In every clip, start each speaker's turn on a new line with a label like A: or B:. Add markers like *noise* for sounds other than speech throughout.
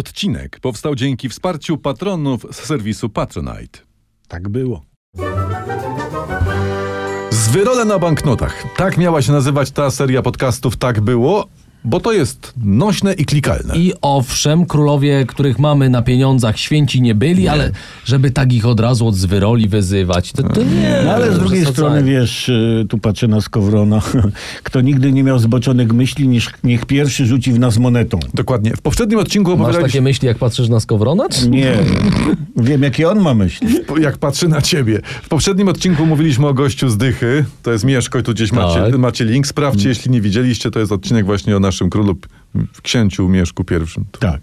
A: Odcinek powstał dzięki wsparciu patronów z serwisu Patronite.
B: Tak było.
A: Zwyrole na banknotach. Tak miała się nazywać ta seria podcastów Tak było, bo to jest nośne i klikalne.
C: I owszem, królowie, których mamy na pieniądzach, święci nie byli, ale żeby tak ich od razu od zwyroli wyzywać, to, to nie.
B: No ale z drugiej strony, wiesz, y, tu patrzę na Skowrona, *laughs* kto nigdy nie miał zboczonych myśli, niż, niech pierwszy rzuci w nas monetą.
A: Dokładnie. W poprzednim odcinku
C: Masz takie
A: opowiadaliśmy,
C: myśli, jak patrzysz na Skowrona? Czy...
B: Nie, wiem jakie on ma myśli.
A: jak patrzy na ciebie. W poprzednim odcinku mówiliśmy o gościu z Dychy. To jest Mieszko i tu gdzieś macie,
C: Tak.
A: macie link. Sprawdźcie, jeśli nie widzieliście. To jest odcinek właśnie o naszym królu, p- księciu Mieszku pierwszym.
B: Tak.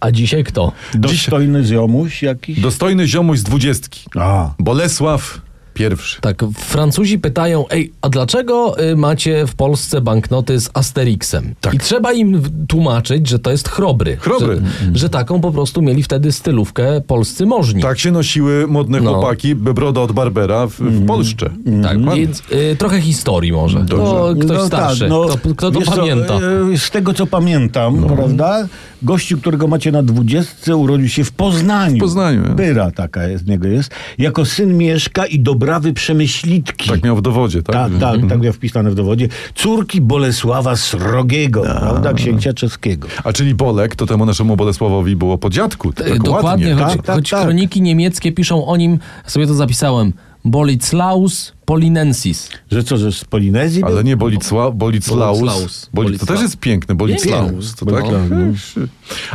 C: A dzisiaj kto?
B: Dostojny ziomuś jakiś?
A: Dostojny ziomuś z dwudziestki.
B: A,
A: Bolesław pierwszy.
C: Tak, Francuzi pytają, ej, a dlaczego y, macie w Polsce banknoty z Asterixem?
A: Tak.
C: I trzeba im w- tłumaczyć, że to jest chrobry.
A: Chrobry.
C: Że, że taką po prostu mieli wtedy stylówkę polscy możni.
A: Tak się nosiły modne
C: No.
A: chłopaki, broda od Barbera w, w Polsce.
C: Tak,
B: Mhm.
C: więc y, trochę historii może. To ktoś
B: tak,
C: starszy, kto, kto to
B: wiesz co,
C: pamięta.
B: e, z tego co pamiętam, prawda? Gościu, którego macie na dwudziestce, urodził się w Poznaniu. W
A: Poznaniu, ja.
B: Byra taka jest, z niego jest. Jako syn Mieszka i Dobrawy Przemyślitki.
A: Tak miał w dowodzie, tak?
B: Tak, tak, tak miał wpisane w dowodzie. Córki Bolesława Srogiego,
A: Tak.
B: prawda, księcia czeskiego.
A: A czyli Bolek, to temu naszemu Bolesławowi było po dziadku. To
C: E,
A: tak
C: Dokładnie,
A: ładnie.
C: choć,
B: Tak, tak,
C: choć
B: tak.
C: kroniki niemieckie piszą o nim, sobie to zapisałem, Boliclaus Polinensis.
B: Że co, że z Polinezji?
A: Ale
B: był?
A: nie Bolicła, Boliclaus.
C: Boliclaus.
A: Boli, to też jest piękne, Boliclaus. To tak?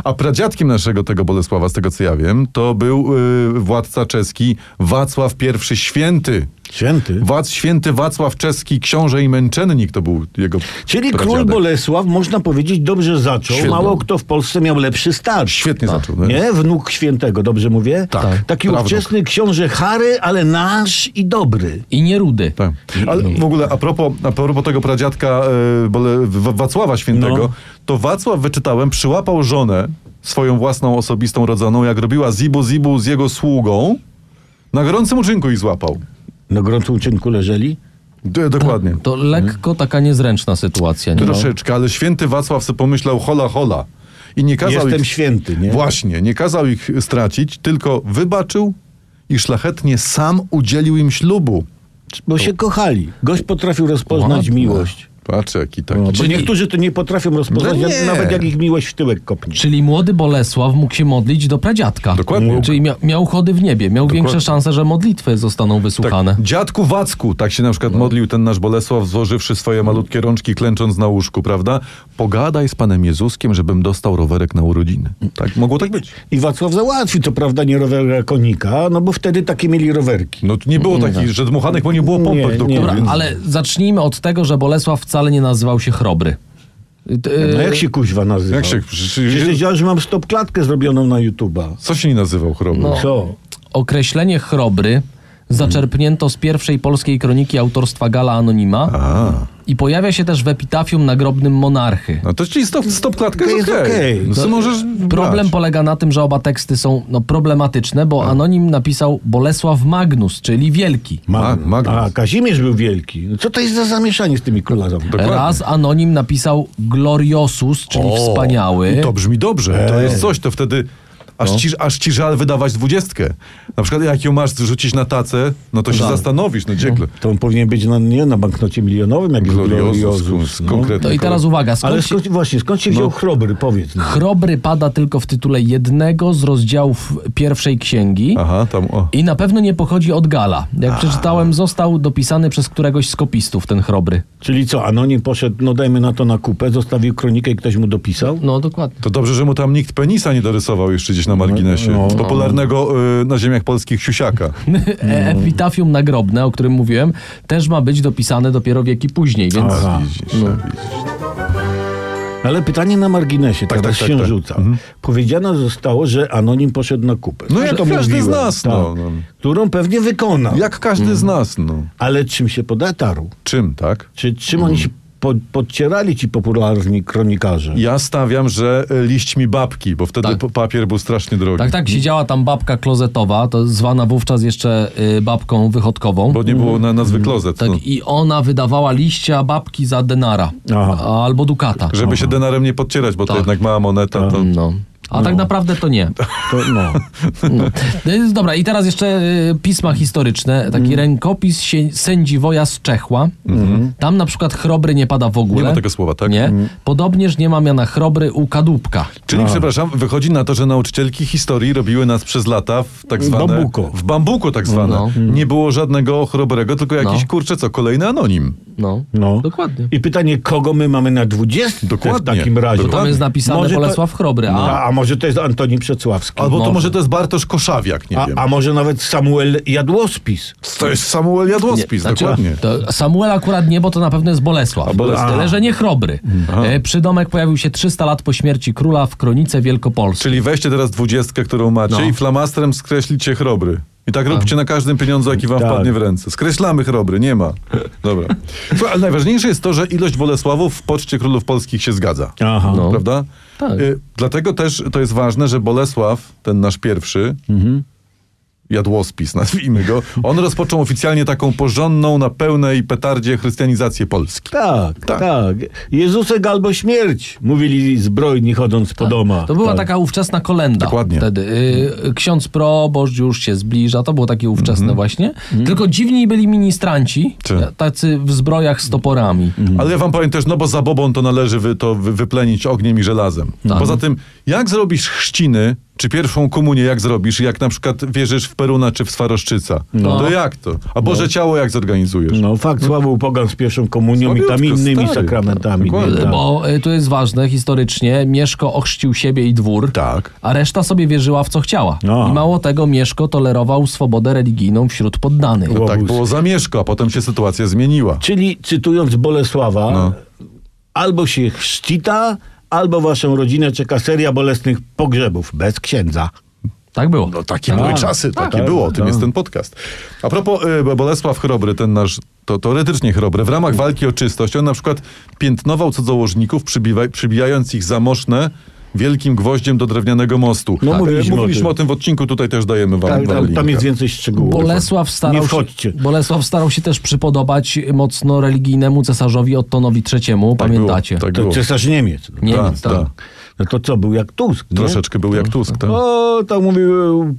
A: A pradziadkiem naszego tego Bolesława, z tego co ja wiem, to był y, władca czeski Wacław I Święty.
B: Święty.
A: Wac, święty Wacław Czeski, książę i męczennik to był jego
B: Czyli król
A: pradziadek.
B: Bolesław, można powiedzieć, dobrze zaczął.
A: Świetnie.
B: Mało kto w Polsce miał lepszy start. Tak.
A: Świetnie zaczął. no.
B: Nie? Wnuk świętego, dobrze mówię?
A: Tak.
B: Taki
A: Prawnuk.
B: ówczesny książę Harry, ale nasz i dobry.
C: I nie rudy.
A: Tak. Ale w ogóle a propos, a propos tego pradziadka y, Bole- W- Wacława Świętego,
B: No.
A: to Wacław, wyczytałem, przyłapał żonę swoją własną osobistą rodzoną, jak robiła zibu zibu z jego sługą, na gorącym uczynku ich złapał.
B: Na gorącym uczynku leżeli?
A: D- dokładnie.
C: To lekko taka niezręczna sytuacja. Nie?
A: Troszeczkę, ale święty Wacław sobie pomyślał hola hola i nie kazał
B: Jestem
A: ich...
B: święty, nie?
A: Właśnie, nie kazał ich stracić, tylko wybaczył i szlachetnie sam udzielił im ślubu.
B: Bo się kochali. Gość potrafił rozpoznać
C: Ładne.
B: miłość. No,
A: Patrz, jaki taki...
B: Bo
C: Czyli-
B: niektórzy to nie potrafią rozpoznać,
A: No
B: jak-
A: nie.
B: nawet jak ich miłość w tyłek kopnie.
C: Czyli młody Bolesław mógł się modlić do pradziadka.
A: Dokładnie.
C: Czyli mia- miał chody w niebie, miał większe szanse, że modlitwy zostaną wysłuchane.
A: Tak, dziadku Wacku, tak się na przykład modlił ten nasz Bolesław, złożywszy swoje malutkie rączki, klęcząc na łóżku, prawda? Pogadaj z Panem Jezuskiem, żebym dostał rowerek na urodziny. Tak, mogło tak być.
B: I Wacław załatwił, co prawda, nie rowera konika, no bo wtedy takie mieli rowerki.
A: No to nie było takich, że dmuchanek, bo nie było pompek
B: Nie,
A: do
B: nie.
A: góry.
C: Dobra, ale zacznijmy od tego, że Bolesław wcale nie nazywał się chrobry. Y, t- y,
B: No jak się kuźwa nazywa?
A: Jak się...
B: Przecież ja już mam stop klatkę zrobioną na YouTube'a.
A: Co się nie nazywał chorobą?
B: Co?
C: Określenie chrobry zaczerpnięto z pierwszej polskiej kroniki autorstwa Gala Anonima i pojawia się też w epitafium nagrobnym monarchy.
A: No to czyli stop, stop klatka
B: To
A: jest
B: jest
A: okej.
B: okej.
A: No, co
B: To-
A: możesz
C: Problem
A: brać.
C: polega na tym, że oba teksty są no, problematyczne, bo
A: Tak.
C: anonim napisał Bolesław Magnus, czyli wielki.
A: Ma- Magnus.
B: A, Kazimierz był wielki. No Co to jest za zamieszanie z tymi królazami?
A: Dokładnie.
C: Raz anonim napisał Gloriosus, czyli wspaniały.
A: To brzmi dobrze. To jest coś, to wtedy aż, ci, aż ci żal wydawać dwudziestkę. Na przykład jak ją masz rzucić na tacę, no to się zastanowisz, no dziekle.
B: To on powinien być na, nie, na banknocie milionowym, jak jest
A: Gloriosus,
B: Gloriosus, no.
A: z konkretnym.
C: To i teraz uwaga, skąd
B: Ale
C: się...
B: skąd, właśnie, skąd się
A: No.
B: wziął chrobry, powiedz. nam.
C: Chrobry pada tylko w tytule jednego z rozdziałów pierwszej księgi.
A: Aha, tam o.
C: I na pewno nie pochodzi od Gala. Jak przeczytałem, został dopisany przez któregoś z kopistów ten chrobry.
B: Czyli co, anonim poszedł, no dajmy na to na kupę, zostawił kronikę i ktoś mu dopisał?
C: No dokładnie.
A: To dobrze, że mu tam nikt penisa nie dorysował jeszcze gdzieś na marginesie.
B: No, no.
A: Popularnego y, na ziemiach polskich siusiaka.
C: E-
A: No.
C: Epitafium nagrobne, o którym mówiłem, też ma być dopisane dopiero wieki później, więc
B: Aha.
A: Widzisz, no.
B: Ale pytanie na marginesie,
A: Tak,
B: tak, teraz
A: tak, tak,
B: się
A: tak.
B: rzuca. Powiedziano zostało, że anonim poszedł na kupę.
A: No
B: Ja
A: jak
B: to
A: każdy z nas, no, no.
B: Którą pewnie wykonał.
A: Jak każdy z
B: Mm.
A: nas, no.
B: Ale czym się podatarł?
A: Czym, tak?
B: Czy czym oni się po, podcierali ci popularni kronikarze?
A: Ja stawiam, że y, liśćmi babki, bo wtedy
C: Tak.
A: p- papier był strasznie drogi.
C: tak, tak, siedziała tam babka klozetowa, to zwana wówczas jeszcze y, babką wychodkową.
A: Bo nie było na nazwy klozet.
C: Tak,
A: no.
C: i ona wydawała liścia babki za denara
B: Aha.
C: albo dukata.
A: Żeby się denarem nie podcierać, bo to
C: Tak.
A: jednak mała moneta. To...
C: No. A tak naprawdę to nie.
B: To,
A: *laughs*
B: no.
C: No. Y, Dobra, i teraz jeszcze y, pisma historyczne. Taki
A: Mhm.
C: rękopis sie- sędziwoja z Czechła. Tam na przykład chrobry nie pada w ogóle.
A: Nie ma tego słowa, tak?
C: Nie. Podobnież nie ma miana chrobry u kadłubka.
A: Czyli,
B: Tak.
A: przepraszam, wychodzi na to, że nauczycielki historii robiły nas przez lata w tak zwane...
B: bambuku.
A: W bambuku tak zwane.
C: No.
B: Mm.
A: Nie było żadnego chorobrego, tylko jakiś,
C: No.
A: kurczę, co, kolejny anonim.
C: No.
B: No.
C: Dokładnie.
B: I pytanie, kogo my mamy na 20 w
A: Dokładnie.
B: takim razie?
A: To
C: Tam jest napisane
B: Może to-
C: Bolesław Chrobry, a
B: A, a może to jest Antoni Przecławski.
A: Albo to
C: Może.
A: może to jest Bartosz Koszawiak, nie
B: A,
A: wiem.
B: a może nawet Samuel Jadłospis.
A: To jest Samuel Jadłospis,
C: Znaczy,
A: dokładnie.
C: To Samuel akurat nie, bo to na pewno jest Bolesław.
A: A, Bolesław.
C: Tyle, że nie chrobry. E, przydomek pojawił się 300 lat po śmierci króla w Kronice Wielkopolskiej.
A: Czyli weźcie teraz dwudziestkę, którą macie
C: No.
A: i flamastrem skreślicie chrobry. I tak róbcie na każdym pieniądzu, jaki wam
B: Tak.
A: wpadnie w ręce. Skreślamy chrobry, nie ma. Dobra. Słuchaj, ale najważniejsze jest to, że ilość Bolesławów w Poczcie Królów Polskich się zgadza.
B: Aha.
C: No.
A: Prawda?
C: Tak.
A: Y, dlatego też to jest ważne, że Bolesław, ten nasz pierwszy, jadłospis *laughs* nazwijmy go, on rozpoczął oficjalnie taką porządną, na pełnej petardzie chrystianizację Polski.
B: Tak,
A: Tak.
B: tak, Jezusek albo śmierć, mówili zbrojni chodząc po domach.
C: To była
B: tak.
C: taka ówczesna kolenda.
A: Dokładnie.
C: Wtedy. Y, ksiądz proboszcz już się zbliża. To było takie ówczesne właśnie. Tylko dziwni byli ministranci,
A: Mhm. Czy? Mhm.
C: tacy w zbrojach z toporami.
A: Ale ja wam powiem też, no bo za bobą to należy wy, to wy, wyplenić ogniem i żelazem.
C: Tak.
A: Poza tym, jak zrobisz chrzciny, czy pierwszą komunię jak zrobisz, jak na przykład wierzysz w Peruna czy w Swaroszczyca? No. To jak to? A Boże Ciało jak zorganizujesz?
B: No fakt, słabo Pogan z pierwszą komunią i tam
A: Słabiutko,
B: innymi
A: stary.
B: sakramentami.
A: Dokładnie.
B: nie? Tak.
C: Bo y, to jest ważne historycznie. Mieszko ochrzcił siebie i dwór.
A: Tak.
C: A reszta sobie wierzyła w co chciała.
B: No.
C: I mało tego, Mieszko tolerował swobodę religijną wśród poddanych.
A: To tak
B: Łobuz.
A: było za Mieszko, a potem się sytuacja zmieniła.
B: Czyli cytując Bolesława, albo się chrzcita, albo waszą rodzinę czeka seria bolesnych pogrzebów bez księdza.
C: Tak było.
A: No takie
C: Tak.
A: były czasy, takie
B: tak,
A: było, o tym
B: tak.
A: jest ten podcast. A propos y, Bolesław Chrobry, ten nasz, to teoretycznie Chrobry, w ramach walki o czystość, on na przykład piętnował cudzołożników, przybiwa, przybijając ich zamoszne wielkim gwoździem do drewnianego mostu.
B: No,
A: E,
B: mówiliśmy o
A: mówiliśmy
B: tym.
A: o tym w odcinku, tutaj też dajemy wam
B: Tak, Tam,
A: na
B: tam, tam
A: linkę.
B: jest więcej szczegółów.
C: Bolesław starał,
B: Nie wchodźcie.
C: Się, Bolesław starał się też przypodobać mocno religijnego cesarzowi Ottonowi III,
A: Tak było,
C: pamiętacie?
A: Tak
B: To
A: było.
B: cesarz Niemiec. No,
C: Niemiec,
A: Tak,
C: tak.
B: no to co, był jak Tusk, nie?
A: Troszeczkę był jak Tusk, tak?
B: O, tak mówił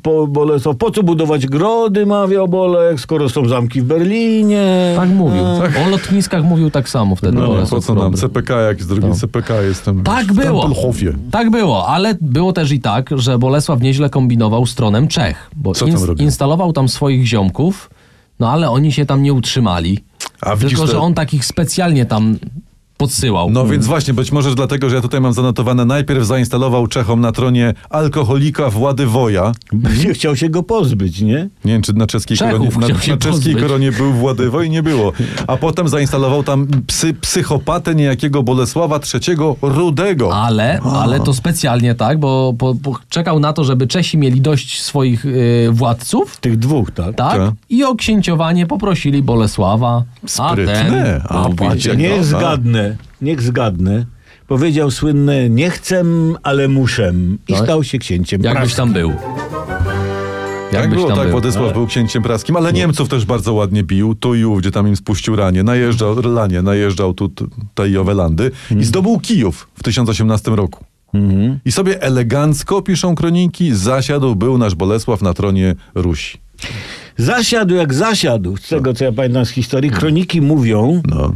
B: po Bolesław, po co budować grody, mawiał Bolek, skoro są zamki w Berlinie.
C: Tak mówił. O lotniskach mówił tak samo wtedy.
A: No,
C: Bolesław
A: po co nam
C: Chrobry.
A: CPK, jak z drugim CPK jestem.
C: Tak
A: w
C: było.
A: Tempelhofie.
C: Tak było, ale było też i tak, że Bolesław nieźle kombinował stronem Czech, bo
A: Co tam
C: ins-
A: robił?
C: instalował tam swoich ziomków, no ale oni się tam nie utrzymali.
A: A widzisz,
C: tylko,
A: to-
C: że on takich specjalnie tam podsyłał.
A: No więc właśnie, być może dlatego, że ja tutaj mam zanotowane, najpierw zainstalował Czechom na tronie alkoholika Włady Woja.
B: Nie *laughs* chciał się go pozbyć, nie?
A: Nie wiem, czy na czeskiej,
C: Czechów
A: koronie, na,
C: chciał się
A: na czeskiej
C: pozbyć.
A: koronie był Władywo i nie było. A potem zainstalował tam psy, psychopatę niejakiego Bolesława III Rudego.
C: Ale, ale to specjalnie tak, bo, bo, bo czekał na to, żeby Czesi mieli dość swoich y, władców.
B: Tych dwóch, tak?
C: Tak?
A: Tak.
C: I o księciowanie poprosili Bolesława.
A: Sprytne. A,
C: mówi,
A: patrz, jak-
B: Niech
A: No,
B: zgadnę, niech zgadnę. Powiedział słynne, nie chcę, ale muszę. I
C: Tak.
B: stał się księciem.
C: jakbyś
B: praskim.
C: tam był.
A: tak
C: Jakbyś
A: było,
C: tam
A: tak,
C: był. No.
A: Władysław był księciem praskim, ale Niemców też bardzo ładnie bił, tu i ów, gdzie tam im spuścił ranie, najeżdżał, lanie, najeżdżał tu t- te i owe landy
C: Mhm.
A: i zdobył Kijów w 1018 roku. I sobie elegancko, piszą kroniki, zasiadł był nasz Bolesław na tronie Rusi.
B: Zasiadł jak zasiadł, z tego co ja pamiętam z historii.
C: No.
B: Kroniki mówią,
A: No.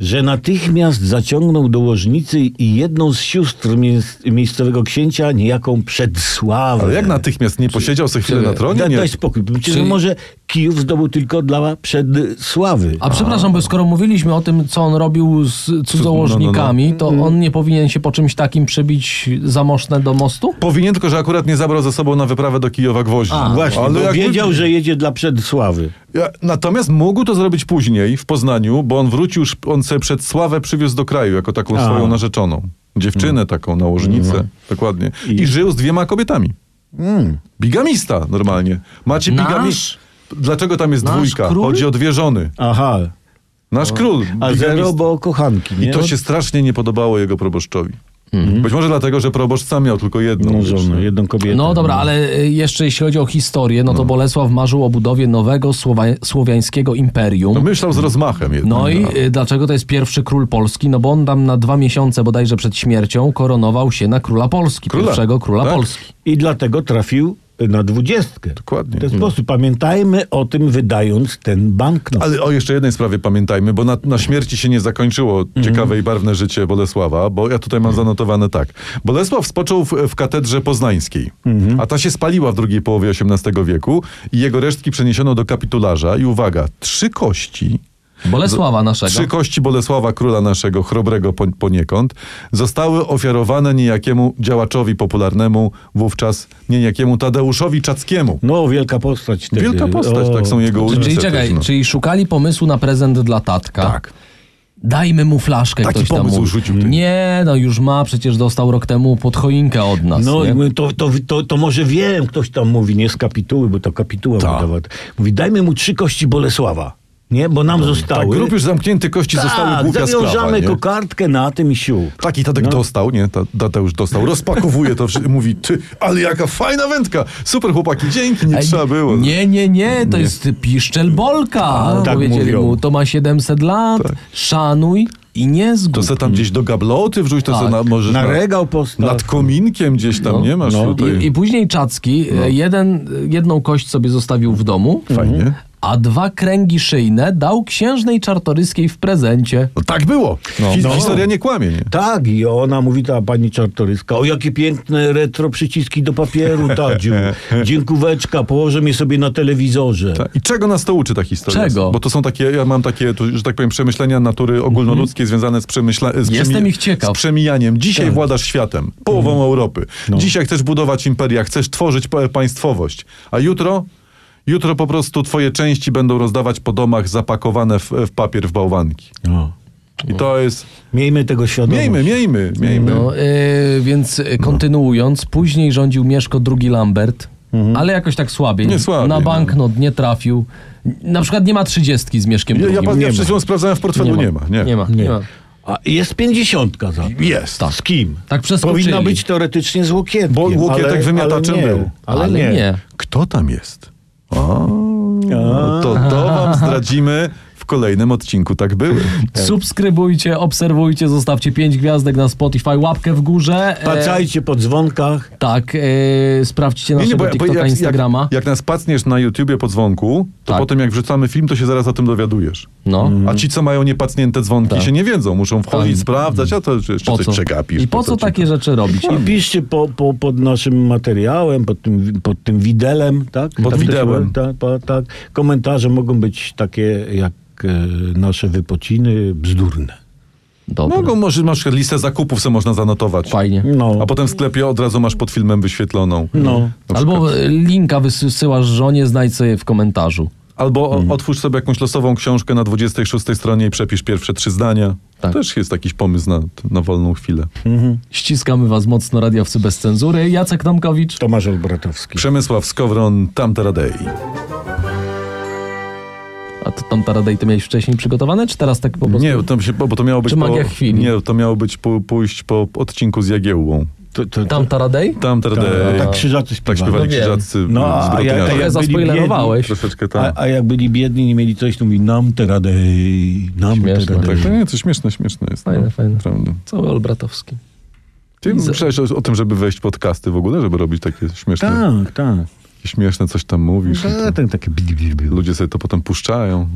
B: że natychmiast zaciągnął do łożnicy i jedną z sióstr mies- miejscowego księcia, niejaką przedsławę.
A: Ale jak natychmiast nie posiedział sobie chwilę
C: czy-
A: na tronie?
B: Da,
A: Nie,
B: daj spokój. Przecież
C: Czyli-
B: może Kijów zdobył tylko dla przedsławy.
C: A przepraszam, bo skoro mówiliśmy o tym, no, co on robił z cudzołożnikami, to on nie powinien się po czymś takim przybić zamoszne do mostu?
A: Powinien, tylko że akurat nie zabrał ze sobą na wyprawę do Kijowa gwoździ.
C: A,
B: Właśnie,
A: Ale
B: bo
A: jakby-
B: wiedział, że jedzie dla przedsławy.
A: Ja- Natomiast mógł to zrobić później w Poznaniu, bo on wrócił, szp- on sobie przed sławę przywiózł do kraju jako taką
B: A.
A: swoją narzeczoną. Dziewczynę taką, nałożnicę, dokładnie. I...
B: I-
A: żył z dwiema kobietami. Bigamista normalnie. Macie
C: Nasz?
A: bigamist. Dlaczego tam jest
C: Nasz
A: dwójka?
C: król?
A: Chodzi o dwie żony.
B: Aha,
A: Nasz król.
B: a
A: bigamista.
B: zero, bo kochanki, nie?
A: No I to się strasznie nie podobało jego proboszczowi. Być może dlatego, że proboszcz sam miał tylko jedną.
B: No,
A: wiesz,
B: żonę,
A: nie?
B: jedną kobietę.
C: No dobra, ale y, jeszcze jeśli chodzi o historię, no to Bolesław marzył o budowie nowego słowa- słowiańskiego imperium.
A: No, myślał z rozmachem jednak.
C: No i y, dlaczego to jest pierwszy król Polski? No bo on tam na dwa miesiące bodajże przed śmiercią koronował się na króla Polski,
A: Króla,
C: pierwszego króla
A: tak.
C: Polski.
B: I dlatego trafił na dwudziestkę.
A: Dokładnie. No.
B: W ten sposób. Pamiętajmy o tym, wydając ten banknot.
A: Ale o jeszcze jednej sprawie pamiętajmy, bo na, na śmierci się nie zakończyło
B: Mhm.
A: ciekawe i barwne życie Bolesława, bo ja tutaj mam zanotowane tak. Bolesław spoczął w, w katedrze poznańskiej,
B: Mhm.
A: a ta się spaliła w drugiej połowie XVIII wieku i jego resztki przeniesiono do kapitularza i uwaga, trzy kości...
C: Bolesława naszego.
A: Trzy kości Bolesława, króla naszego, chrobrego po- poniekąd, zostały ofiarowane niejakiemu działaczowi popularnemu, wówczas niejakiemu Tadeuszowi Czackiemu.
B: No, wielka postać. Wtedy.
A: Wielka postać, tak są jego ulice.
C: Czyli
A: też,
C: czekaj,
A: no.
C: czyli szukali pomysłu na prezent dla tatka.
A: Tak.
C: Dajmy mu flaszkę,
A: Taki
C: ktoś tam
A: pomysł
C: mówi.
A: rzucił ty.
C: Nie, no już ma, przecież dostał rok temu pod choinkę od nas.
B: No
C: nie?
B: i my to, to, to, to może wiem, ktoś tam mówi, nie z kapituły, bo to kapituła
A: Tak.
B: wydawała. Mówi, dajmy mu trzy kości Bolesława, nie? Bo nam zostały.
A: Tak, grup już zamknięty, kości zostały
B: tak,
A: głupia sprawa.
B: zawiążamy
A: nie?
B: kokardkę na tym i siu.
A: Taki Tak, Tadek
B: No.
A: dostał, nie? Ta- Tadeusz dostał. Rozpakowuje to, wszy- mówi, ty, ale jaka fajna wędka. Super chłopaki, dzięki, nie
C: Ej,
A: trzeba było.
C: Nie, nie, nie, to jest piszczel Bolka.
B: tak
C: powiedzieli
B: mówią.
C: mu, to ma 700 lat, szanuj i nie zgub.
A: Tak. To se tam gdzieś do gabloty wrzuć, to se
C: Tak.
A: na, może
B: Na
A: na-
B: regał postaw.
A: nad kominkiem gdzieś tam, nie masz
B: no.
A: tutaj. No.
C: I, I później Czacki e, jeden, jedną kość sobie zostawił w domu,
A: Fajnie.
C: a dwa kręgi szyjne dał księżnej czartoryskiej w prezencie.
A: No, tak było. Hi-
B: No.
A: Historia nie kłamie, nie?
B: Tak, i ona mówi, ta pani czartoryska, o jakie piękne retro przyciski do papieru, Tadziu.
A: *laughs*
B: Dziękóweczka, położę je sobie na telewizorze.
A: Tak. I czego nas to uczy ta historia?
C: Czego? Mhm.
A: Bo to są takie, ja mam takie, tu, że tak powiem, przemyślenia natury ogólnoludzkiej związane z, przemyśla, z,
C: Jestem ich ciekaw. Tak. Mhm.
A: z przemijaniem. Dzisiaj władasz światem, połową Europy.
C: No.
A: Dzisiaj chcesz budować imperia, chcesz tworzyć pa- państwowość. A jutro? Jutro po prostu twoje części będą rozdawać po domach zapakowane w, w papier, w bałwanki.
B: No.
A: I to jest...
B: Miejmy tego świadomość.
A: Miejmy, miejmy, miejmy.
C: No, y, więc y, kontynuując, później rządził Mieszko II Lambert, ale jakoś tak słabiej.
A: Mhm. Nie, słabiej,
C: Na
A: no.
C: banknot nie trafił. Na przykład nie ma trzydziestki z Mieszkiem
A: Ja, ja,
C: II.
A: pan- ja
B: ma.
A: przed chwilą sprawdzałem w portfelu, nie ma. Nie,
C: Nie ma.
B: Nie.
C: Nie ma.
B: A jest pięćdziesiątka za to.
A: Jest.
B: Z kim?
C: Tak przeskoczyli.
B: Powinna być teoretycznie z łokietkiem.
A: Bo łokietek
B: ale-
A: wymiataczem
B: ale nie,
A: był.
B: Ale,
C: Ale
B: nie.
C: nie.
A: Kto tam jest? O, to, to wam zdradzimy w kolejnym odcinku. Tak były.
C: Subskrybujcie, obserwujcie, zostawcie 5 gwiazdek na Spotify, łapkę w górze. e,
B: Patrzajcie po dzwonkach.
C: tak, e, sprawdźcie naszego TikToka, Instagrama.
A: Jak, jak nas pacniesz na YouTubie po dzwonku, to
C: Tak.
A: potem jak wrzucamy film, to się zaraz o tym dowiadujesz. Mhm.
C: No.
A: A ci, co mają niepacnięte dzwonki,
C: Tak.
A: się nie wiedzą. Muszą wchodzić,
C: Tak.
A: sprawdzać, a to jeszcze
C: Po
A: coś
C: co?
A: przegapisz.
C: I po co
A: ci to? No,
C: takie rzeczy robić?
B: I piszcie po, po, pod naszym materiałem, pod tym, wi- pod tym widelem, tak?
A: Pod
B: tak,
A: widełem.
B: Tak, pa- tak. Komentarze mogą być takie jak e, nasze wypociny, bzdurne.
C: Dobra.
A: Mogą, No, może masz listę zakupów, co można zanotować.
C: Fajnie.
B: No.
A: A potem w sklepie od razu masz pod filmem wyświetloną.
B: No.
A: Na przykład.
C: Albo e, linka wysyłasz żonie, znajdź sobie w komentarzu.
A: Albo o- otwórz sobie jakąś losową książkę na 26 stronie i przepisz pierwsze trzy zdania.
C: Tak.
A: Też jest jakiś pomysł na, na wolną chwilę.
C: Ściskamy was mocno, radiowcy bez cenzury. Jacek Tomkowicz.
B: Tomasz Olbratowski.
A: Przemysław Skowron, Tamtera Dei.
C: A to tam Taradej to miałeś wcześniej przygotowane, czy teraz tak po prostu?
A: Nie, to się, bo to miało być
C: Czy
A: po,
C: magia chwili?
A: Nie, to miało być po, pójść po odcinku z Jagiełłą.
B: To, to,
C: Tam Taradej?
A: Tamtera
B: tak,
A: Dei.
B: tak krzyżacy
A: e, tak
B: śpiewali.
A: śpiewali
C: No wiem.
A: krzyżacy
B: No,
A: no,
B: a
A: z
B: ja-
A: Brodniarza.
B: a ja- Jak
C: Trochę
B: byli
C: zaspoilerowałeś.
A: Troszeczkę tam.
B: A, a jak byli biedni, nie mieli coś, to mówi nam teradej, nam
C: Śmieszne.
B: teradej.
A: Tak, to nie, to śmieszne, śmieszne jest.
C: Fajne,
A: no,
C: fajne.
A: Prawda.
C: Cały Olbratowski.
A: Ty
C: Widzę.
A: myślałeś o, o tym, żeby wejść podcasty w ogóle, żeby robić takie śmieszne,
B: Tak, tak.
A: śmieszne coś tam mówisz. i
B: Tak,
A: to
B: tak, takie bili, bili, bili.
C: No
A: Ludzie sobie to potem puszczają.